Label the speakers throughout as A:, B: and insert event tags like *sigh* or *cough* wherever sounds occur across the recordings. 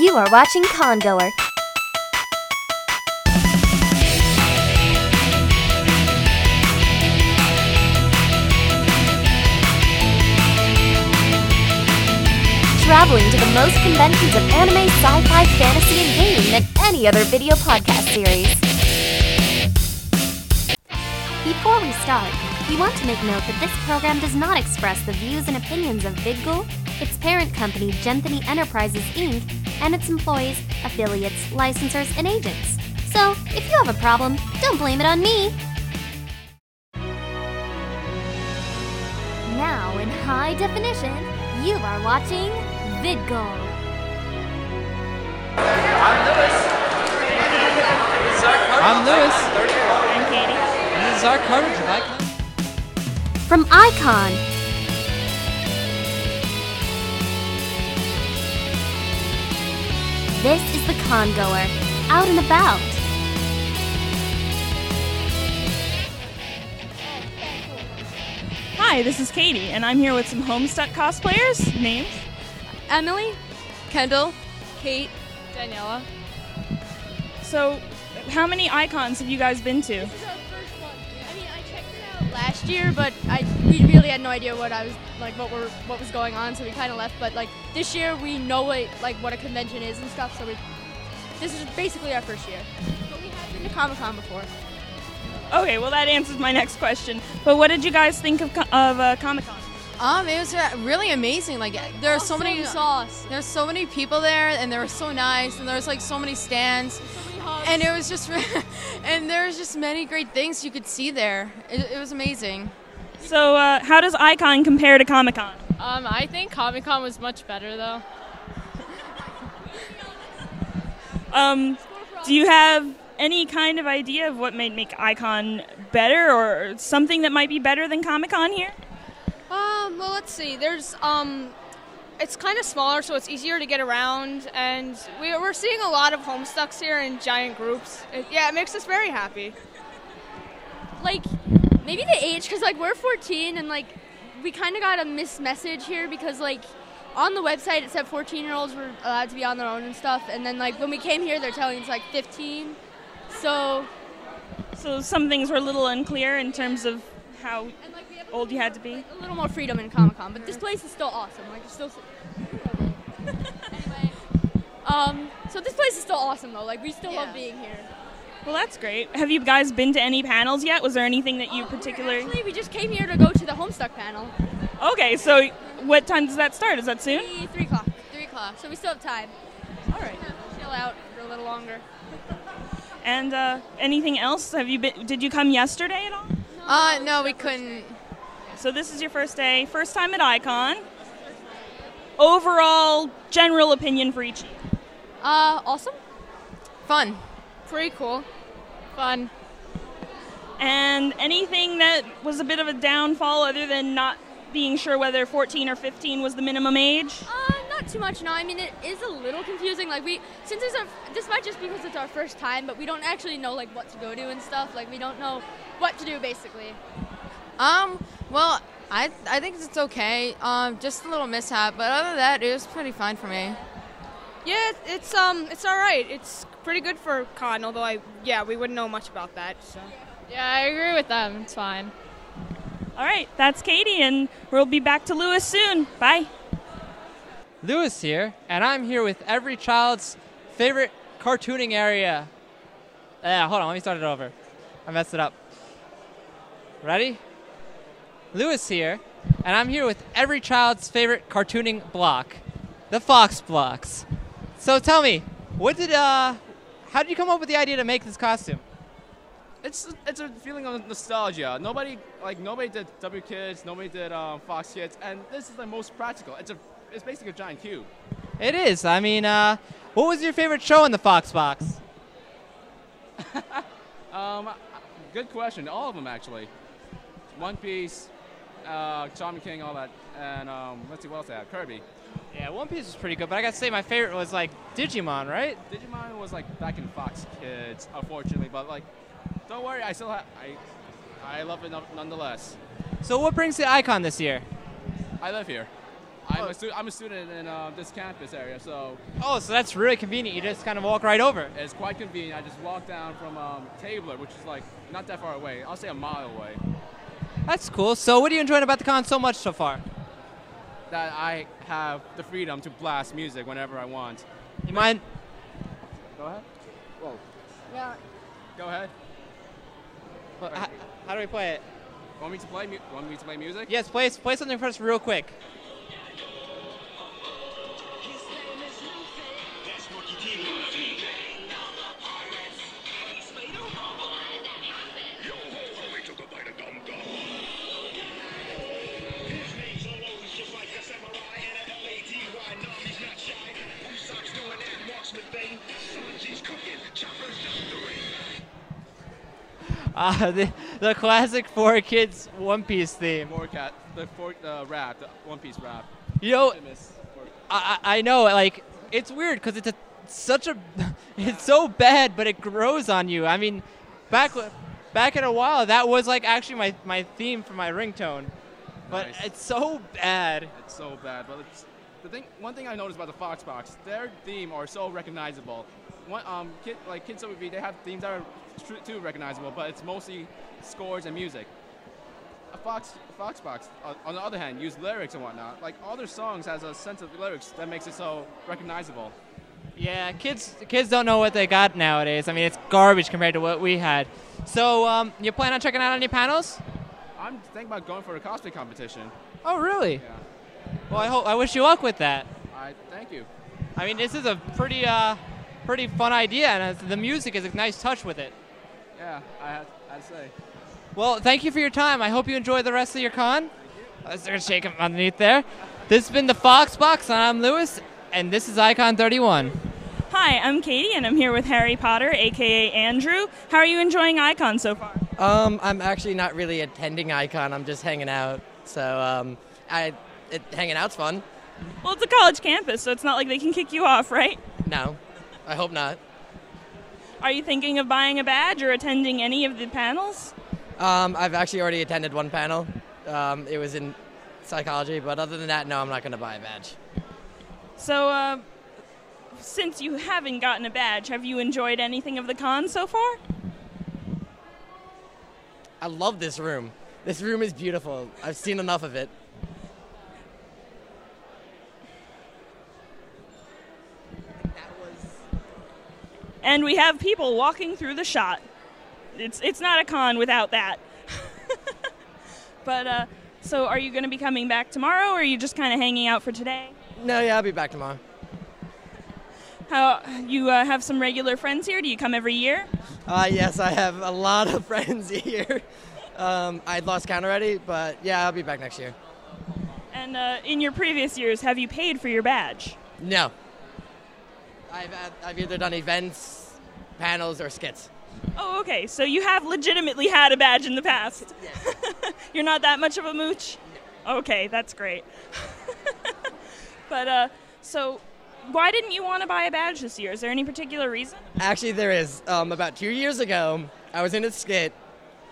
A: You are watching Congoer. Traveling to the most conventions of anime, sci fi, fantasy, and gaming than any other video podcast series. Before we start, we want to make note that this program does not express the views and opinions of VidGul, its parent company, Genthany Enterprises Inc., and its employees, affiliates, licensors, and agents. So, if you have a problem, don't blame it on me! Now, in high definition, you are watching VidGul.
B: I'm Lewis. I'm Katie. This is our coverage of Icon.
A: From Icon. This is the congoer, out and about.
C: Hi, this is Katie, and I'm here with some Homestuck cosplayers. Names?
D: Emily, Kendall, Kate, Daniela.
C: So, how many icons have you guys been to?
D: This is our first one. I mean, I checked it out last year, but I we really had no idea what I was like, what were what was going on, so we kind of left. But like this year, we know what like what a convention is and stuff. So we this is basically our first year. But we have been to Comic Con before.
C: Okay, well that answers my next question. But what did you guys think of co- of uh, Comic Con?
E: Um, it was uh, really amazing. Like there are so many
D: sauce.
E: there's so many people there, and they were so nice, and there was like so many stands, and it was just re- *laughs* and there was just many great things you could see there. It, it was amazing.
C: So, uh, how does Icon compare to Comic Con?
F: Um, I think Comic Con was much better though.
C: Um, do you have any kind of idea of what might make Icon better, or something that might be better than Comic Con here?
G: Um, well, let's see. There's um, it's kind of smaller, so it's easier to get around, and we, we're seeing a lot of homestucks here in giant groups. It- yeah, it makes us very happy.
D: Like maybe the age, because like we're 14, and like we kind of got a missed message here because like. On the website, it said 14 year olds were allowed to be on their own and stuff. And then, like, when we came here, they're telling us, like, 15. So,
C: So, some things were a little unclear in terms of how
D: And like we have a
C: old you had to be.
D: like, a little more freedom in Comic Con, but this place is still awesome. Like it's still. anyway, um, so this place is still awesome though. Like we still love
E: Yeah.
D: being here.
C: Well, that's great. Have you guys been to any panels yet? Was there anything that you
D: Oh, we're
C: particularly?
D: Actually, we just came here to go to the Homestuck panel.
C: Okay, so what time does that start? Is that soon?
D: Three, three o'clock.
E: Three o'clock.
D: So we still have time.
C: All right.
D: Chill out for a little longer.
C: And uh, anything else? Have you been? Did you come yesterday at all?
E: Uh, no, we couldn't.
C: So this is your first day, first time at Icon. Overall, general opinion for each.
D: Uh, awesome.
E: Fun.
G: Pretty cool. Fun.
C: And anything that was a bit of a downfall, other than not being sure whether 14 or 15 was the minimum age.
D: Uh, not too much. No, I mean it is a little confusing. Like we, since it's our, this might just be because it's our first time, but we don't actually know like what to go to and stuff. Like we don't know what to do basically.
E: Um, well, I I think it's okay. Um, just a little mishap, but other than that, it was pretty fine for me.
G: Yeah, it's- it's um, it's all right. It's pretty good for con, although I yeah we wouldn't know much about that. So.
F: Yeah, I agree with them. It's fine.
C: All right, that's Katie, and we'll be back to Lewis soon. Bye.
B: Lewis here, and I'm here with every child's favorite cartooning area. Yeah, hold on, let me start it over. I messed it up. Ready? Lewis here, and I'm here with every child's favorite cartooning block, the Fox blocks. So tell me, what did uh, how did you come up with the idea to make this costume?
H: It's it's a feeling of nostalgia. Nobody like nobody did W Kids, nobody did um, Fox Kids, and this is the most practical. It's a it's basically a giant cube.
B: It is. I mean, uh, what was your favorite show in the Fox box?
H: Um, good question. All of them actually. One Piece, uh, Shaman King, all that, and um, let's see what else I have. Kirby.
B: Yeah, One Piece was pretty good, but I gotta say my favorite was like Digimon, right?
H: Digimon was like back in Fox Kids, unfortunately, but like, don't worry, I still have I I love it none- nonetheless.
B: So what brings the icon this year?
H: I live here. I'm a, stu- I'm a student in uh, this campus area, so
B: Oh, so that's really convenient. You just kind of walk right over.
H: it's quite convenient. I just walk down from um, Tabler, which is like not that far away. I'll say a mile away.
B: That's cool. So, what are you enjoying about the con so much so far?
H: That I have the freedom to blast music whenever I want.
B: You mind?
H: Go ahead. Whoa. Yeah. Go ahead.
B: well, h- how do we play it?
H: Want me to play? Mu- want me to play music?
B: Yes, play play something for us real quick. Ah, *laughs* the, the classic four kids One Piece theme.
H: Four cat, the four uh, rap, the One Piece rap.
B: You know,
H: Infamous for-
B: I, I I know, like it's weird because it's a, such a, *laughs* it's so bad, but it grows on you. I mean, back back in a while, that was like actually my my theme for my ringtone, but
H: Nice.
B: it's so bad.
H: It's so bad, but it's the thing. One thing I noticed about the Fox Box, their theme are so recognizable. One, um, kid, like Kids WB, they have themes that are tr- too recognizable, but it's mostly scores and music. A Fox Fox Box, on, on the other hand, use lyrics and whatnot. Like all their songs has a sense of lyrics that makes it so recognizable.
B: Yeah, kids kids don't know what they got nowadays. I mean, it's garbage compared to what we had. So, um, you plan on checking out any panels?
H: I'm thinking about going for a cosplay competition.
B: Oh, really?
H: Yeah,
B: Well, I hope I wish you luck with that.
H: I thank you.
B: I mean, this is a pretty uh, pretty fun idea, and uh, the music is a nice touch with it.
H: Yeah, I had I'd say.
B: Well, thank you for your time. I hope you enjoy the rest of your con. Let's gonna shake him underneath there. This has been the Fox Box, and I'm Lewis, and this is Icon 31.
C: Hi, I'm Katie, and I'm here with Harry Potter, aka Andrew. How are you enjoying Icon so far?
I: Um, I'm actually not really attending Icon. I'm just hanging out. So um, I it, hanging out's fun.
C: Well, it's a college campus, so it's not like they can kick you off, right?
I: No, I hope not.
C: Are you thinking of buying a badge or attending any of the panels?
I: Um, I've actually already attended one panel. Um, it was in psychology, but other than that, no, I'm not going to buy a badge.
C: So, uh, since you haven't gotten a badge, have you enjoyed anything of the con so far?
I: I love this room. This room is beautiful. I've seen enough of it.
C: And we have people walking through the shot. It's it's not a con without that. *laughs* but uh, so, are you going to be coming back tomorrow, or are you just kind of hanging out for today?
I: No, yeah, I'll be back tomorrow.
C: How you uh, have some regular friends here? Do you come every year?
I: Uh, yes, I have a lot of *laughs* friends here. Um, I lost count already, but yeah, I'll be back next year.
C: And uh, in your previous years, have you paid for your badge?
I: No. I've, I've either done events, panels, or skits.
C: Oh, okay. So you have legitimately had a badge in the past. *laughs* You're not that much of a mooch. Okay, that's great. *laughs* but uh, so, why didn't you want to buy a badge this year? Is there any particular reason?
I: Actually, there is. Um, about two years ago, I was in a skit.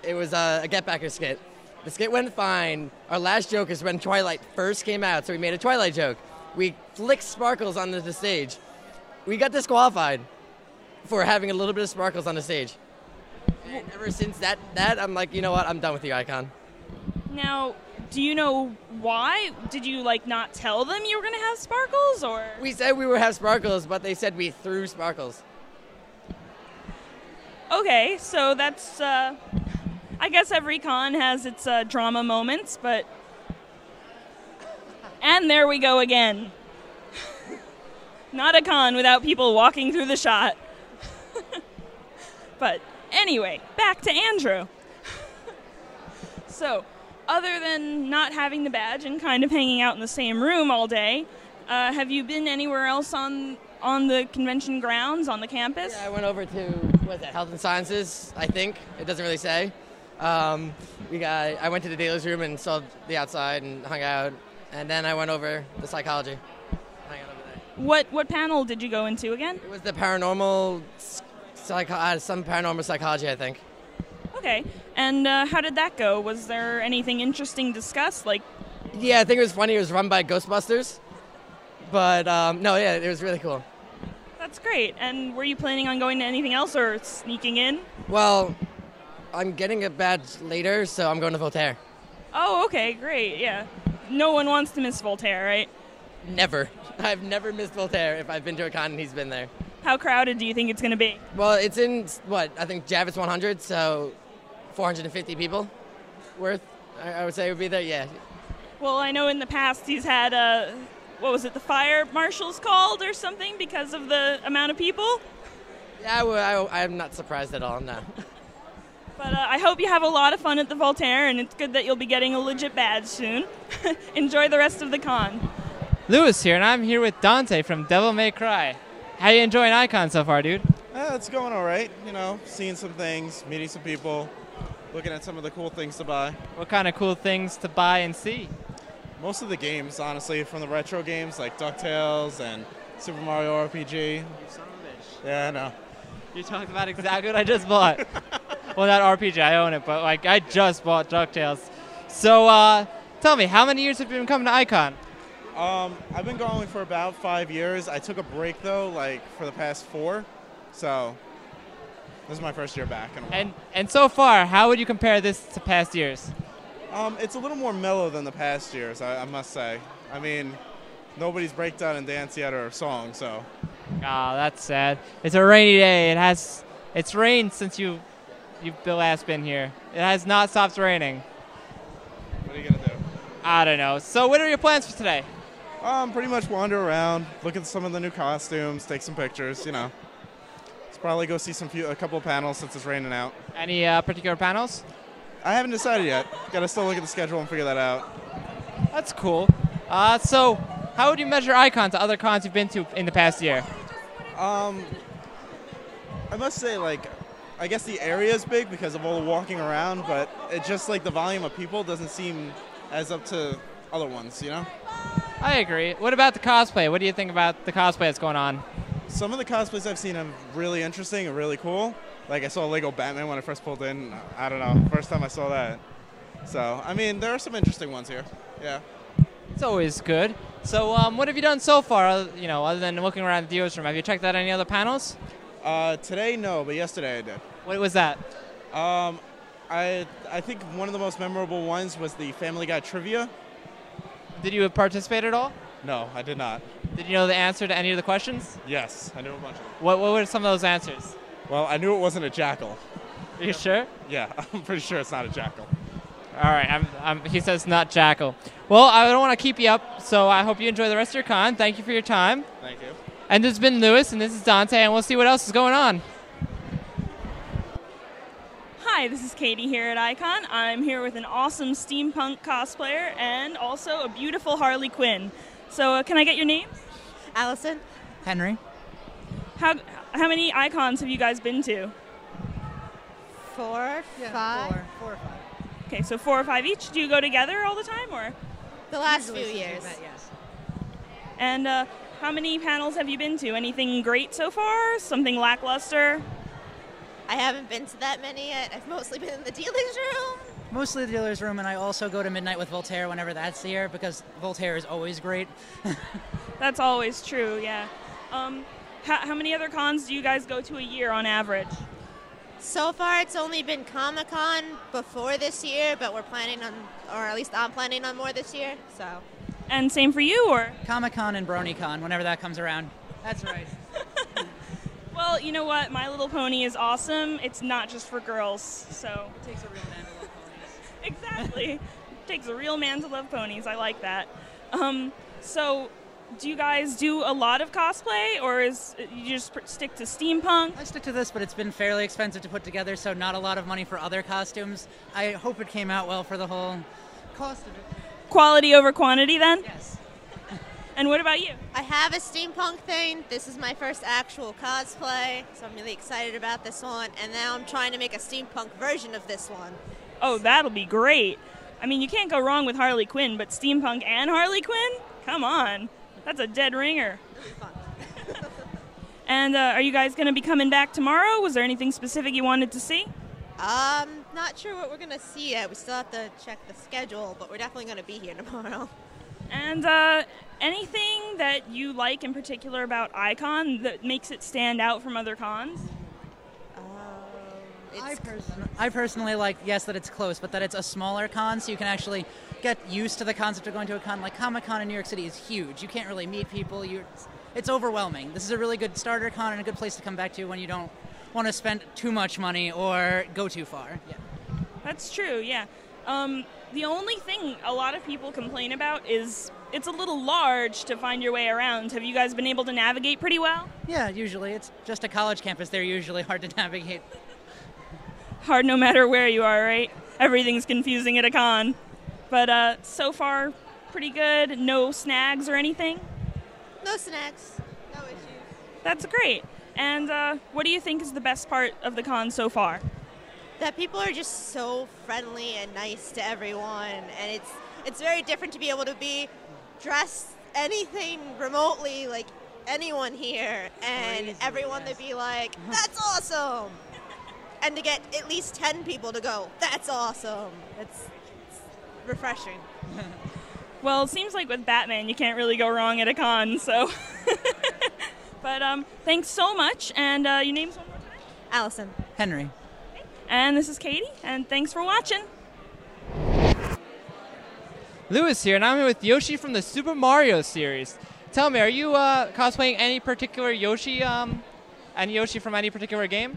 I: It was uh, a Get Backer skit. The skit went fine. Our last joke is when Twilight first came out, so we made a Twilight joke. We flicked sparkles onto the stage. We got disqualified for having a little bit of sparkles on the stage. And ever since that, that I'm like, you know what? I'm done with you, Icon.
C: Now, do you know why? Did you like not tell them you were gonna have sparkles, or
I: We said we would have sparkles, but they said we threw sparkles.
C: okay? So that's. Uh, I guess every con has its uh, drama moments, but. And there we go again. *laughs* not a con without people walking through the shot. *laughs* but anyway, back to Andrew. so, other than not having the badge and kind of hanging out in the same room all day, uh, have you been anywhere else on on the convention grounds on the campus?
I: Yeah, I went over to what is it, health and sciences. I think it doesn't really say. Um, we got. I went to the dealer's room and saw the outside and hung out, and then I went over the psychology. Hang out over there.
C: What what panel did you go into again?
I: It was the paranormal, s- psycho- uh, some paranormal psychology, I think.
C: Okay, and uh, how did that go? Was there anything interesting discussed? Like,
I: Yeah, I think it was funny. It was run by Ghostbusters, but um, no, yeah, it was really cool.
C: That's great. And were you planning on going to anything else or sneaking in?
I: Well, I'm getting a badge later, so I'm going to Voltaire.
C: Oh, okay, great. Yeah. No one wants to miss Voltaire, right?
I: Never. *laughs* I've never missed Voltaire if I've been to a con and he's been there.
C: How crowded do you think it's going to be?
I: Well, it's in what I think Javits 100, so 450 people worth. I, I would say would be there. Yeah,
C: Well, I know in the past he's had uh what was it, the fire marshals called or something because of the amount of people.
I: yeah. I, wou- I, wou- I'm not surprised at all. No.
C: But uh, I hope you have a lot of fun at the Voltaire, and it's good that you'll be getting a legit badge soon. *laughs* Enjoy the rest of the con.
B: Lewis here, and I'm here with Dante from Devil May Cry. How you enjoying Icon so far, dude?
J: Uh, it's going all right. You know, seeing some things, meeting some people, looking at some of the cool things to buy.
B: What kind of cool things to buy and see?
J: Most of the games, honestly, from the retro games like DuckTales and Super Mario RPG. You son of a bitch. Yeah, I know.
B: You talked about exactly what I just bought. well, not RPG, I own it, but like I just bought DuckTales. So uh, tell me, how many years have you been coming to Icon?
J: *laughs* Um, I've been going for about five years. I took a break though, like for the past four. So this is my first year back. In a while.
B: And and so far, how would you compare this to past years?
J: Um, it's a little more mellow than the past years, I, I must say. I mean, nobody's breakdown and dance yet or song, so.
B: Ah, that's sad. It's a rainy day. It has it's rained since you you've Bill last been here. It has not stopped raining.
J: What are you gonna do?
B: I don't know. So what are your plans for today?
J: Um, pretty much wander around, look at some of the new costumes, take some pictures, you know. Let's probably go see some few, a couple panels since it's raining out.
B: Any uh, particular panels?
J: I haven't decided yet. Gotta still look at the schedule and figure that out.
B: That's cool. Uh, so how would you measure Icon to other cons you've been to in the past year?
J: Um, I must say, like, I guess the area is big because of all the walking around, but it just like the volume of people doesn't seem as up to other ones, you know.
B: I agree. What about the cosplay? What do you think about the cosplay that's going on?
J: Some of the cosplays I've seen are really interesting and really cool. Like I saw Lego Batman when I first pulled in. I don't know, first time I saw that. So I mean, there are some interesting ones here. Yeah.
B: It's always good. So, um, what have you done so far? oth- You know, other than looking around the dealer's room, have you checked out any other panels?
J: Uh, today no, but yesterday I did.
B: What was that?
J: Um, I I think one of the most memorable ones was the Family Guy trivia.
B: Did you participate at all?
J: No, I did not.
B: Did you know the answer to any of the questions?
J: Yes, I knew a bunch of them.
B: What What were some of those answers?
J: Well, I knew it wasn't a jackal.
B: Are you sure?
J: Yeah, *laughs* I'm pretty sure it's not a jackal.
B: All right. I'm, I'm, he says not jackal. Well, I don't want to keep you up, so I hope you enjoy the rest of your con. Thank you for your time.
J: Thank you.
B: And this has been Lewis, and this is Dante, and we'll see what else is going on.
C: Hi, this is Katie here at Icon. I'm here with an awesome steampunk cosplayer and also a beautiful Harley Quinn. So, uh, can I get your names?
K: Allison? Henry?
C: How how many icons have you guys been to?
K: Four, five. Four, four or five.
C: Okay, so four or five each. Do you go together all the time, or?
K: The last few years.
C: And uh, how many panels have you been to? Anything great so far? Something lackluster?
K: I haven't been to that many yet. I've mostly been in the dealer's room.
L: Mostly the dealer's room, and I also go to Midnight with Voltaire whenever that's there because Voltaire is always great.
C: That's always true. Yeah. Um, how, how many other cons do you guys go to a year on average?
K: So far, it's only been Comic Con before this year, but we're planning on, or at least I'm planning on more this year. So
C: And same for you, or?
L: Comic Con and Brony Con whenever that comes around.
C: That's right. *laughs* well, you know what? My Little Pony is awesome. It's not just for girls, so. It takes a real man to love ponies. *laughs* exactly. It takes a real man to love ponies. I like that. Um, so, do you guys do a lot of cosplay, or is uh, you just pr- stick to steampunk?
L: I stick to this, but it's been fairly expensive to put together, so not a lot of money for other costumes. I hope it came out well for the whole cost of it.
C: Quality over quantity, then? Yes. and what about you?
K: I have a steampunk thing. This is my first actual cosplay, so I'm really excited about this one. And now I'm trying to make a steampunk version of this one.
C: Oh, that'll be great. I mean, you can't go wrong with Harley Quinn, but steampunk and Harley Quinn? Come on. That's a dead ringer. and uh, are you guys going to be coming back tomorrow? Was there anything specific you wanted to see?
K: Um, Not sure what we're gonna see yet. We still have to check the schedule, but we're definitely gonna be here tomorrow.
C: And uh, anything that you like in particular about Icon that makes it stand out from other cons?
K: I,
L: person- I personally like, yes, that it's close, but that it's a smaller con, so you can actually get used to the concept of going to a con. Like Comic Con in New York City is huge. You can't really meet people. You, it's- it's overwhelming. This is a really good starter con and a good place to come back to when you don't want to spend too much money or go too far. Yeah.
C: That's true, yeah. Um, the only thing a lot of people complain about is it's a little large to find your way around. Have you guys been able to navigate pretty well?
L: Yeah, usually it's just a college campus. They're usually hard to navigate.
C: Hard no matter where you are, right? Everything's confusing at a con. But uh, so far, pretty good. No snags or anything?
K: No snacks. No issues.
C: That's great. And uh, what do you think is the best part of the con so far?
K: That people are just so friendly and nice to everyone, and it's it's very different to be able to be dressed anything remotely like anyone here, and everyone to be like, "That's awesome," and to get at least ten people to go, "That's awesome." It's, it's refreshing.
C: Well, it seems like with Batman, you can't really go wrong at a con, so. *laughs* but um, thanks so much, and uh, your name's one more time?
K: Allison.
L: Henry.
C: And this is Katie, and thanks for watching.
B: Lewis here, and I'm here with Yoshi from the Super Mario series. Tell me, are you uh, cosplaying any particular Yoshi, um, and Yoshi from any particular game?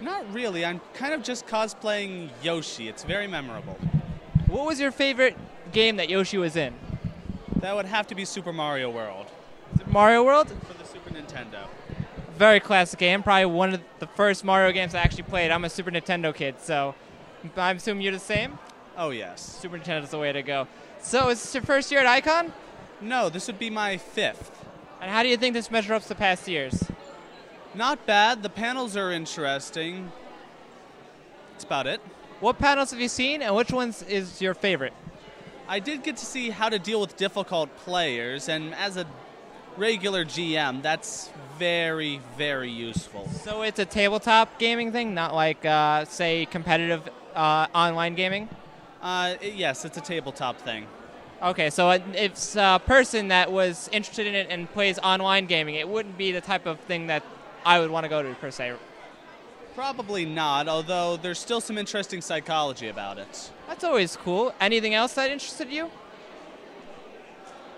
M: Not really. I'm kind of just cosplaying Yoshi. It's very memorable.
B: What was your favorite game that Yoshi was in?
M: That would have to be Super Mario World
B: Mario World?
M: for the Super Nintendo.
B: Very classic game, probably one of the first Mario games I actually played. I'm a Super Nintendo kid, so I assume you're the same?
M: Oh, yes. Super
B: Nintendo's the way to go. So, is this your first year at Icon?
M: No, this would be my fifth.
B: And how do you think this measures up to past years?
M: Not bad. The panels are interesting. That's about it.
B: What panels have you seen, and which ones is your favorite?
M: I did get to see how to deal with difficult players, and as a regular GM, that's very, very useful.
B: So it's a tabletop gaming thing, not like, uh, say, competitive uh, online gaming?
M: Uh, it- yes, it's a tabletop thing.
B: Okay, so if it's a person that was interested in it and plays online gaming, it wouldn't be the type of thing that I would want to go to, per se.
M: Probably not, although there's still some interesting psychology about it.
B: That's always cool. Anything else that interested you?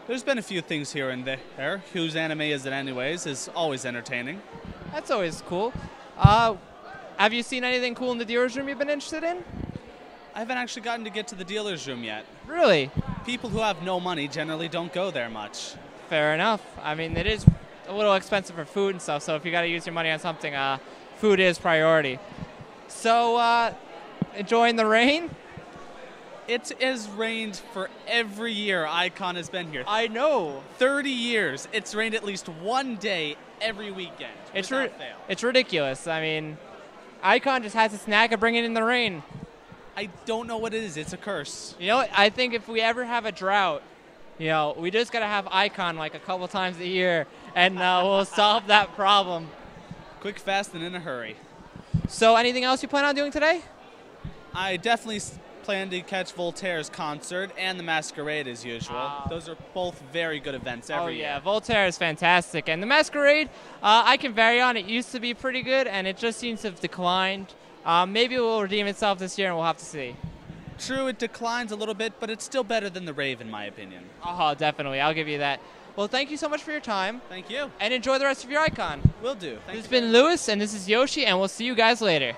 M: There's been a few things here and there. Whose anime is it, anyways, is always entertaining.
B: That's always cool. Uh, have you seen anything cool in the dealer's room you've been interested in?
M: I haven't actually gotten to get to the dealer's room yet.
B: Really?
M: People who have no money generally don't go there much.
B: Fair enough. Uh, I mean, it is a little expensive for food and stuff, so if you got to use your money on something, uh, food is priority. So, uh, enjoying the rain?
M: It has rained for every year Icon has been here.
B: I know.
M: 30 years. It's rained at least one day every weekend.
B: It's
M: without
B: ri-
M: fail.
B: it's ridiculous. I mean, Icon just has a snack of bringing in the rain.
M: I don't know what it is. It's a curse.
B: You know, what? I think if we ever have a drought, you know, we just gotta have Icon like a couple times a year, and uh,
M: *laughs*
B: we'll solve that problem.
M: Quick, fast, and in a hurry.
B: So, anything else you plan on doing today?
M: I definitely s- plan to catch Voltaire's concert and the Masquerade as usual. Those are both very good events every
B: oh yeah,
M: year.
B: Voltaire is fantastic, and the Masquerade. Uh, I can vary on. It used to be pretty good, and it just seems to have declined. Uh, maybe it will redeem itself this year, and we'll have to see.
M: True, it declines a little bit, but it's still better than the Rave in my opinion.
B: Oh, definitely. I'll give you that. Well, thank you so much for your time.
M: Thank you.
B: And enjoy the rest of your icon.
M: Will do. Thank
B: this has been Lewis, and this is Yoshi, and we'll see you guys later.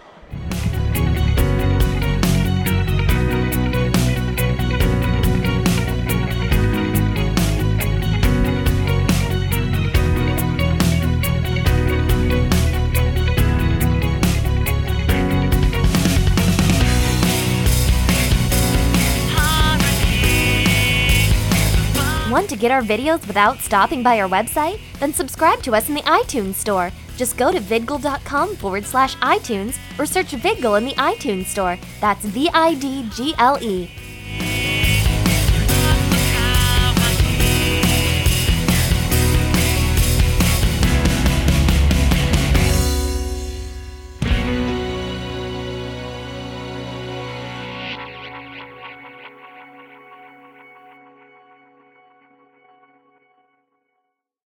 A: Want to get our videos without stopping by our website? Then subscribe to us in the iTunes store. Just go to vidgle.com forward slash iTunes or search Vidgle in the iTunes store. That's V I D G L E.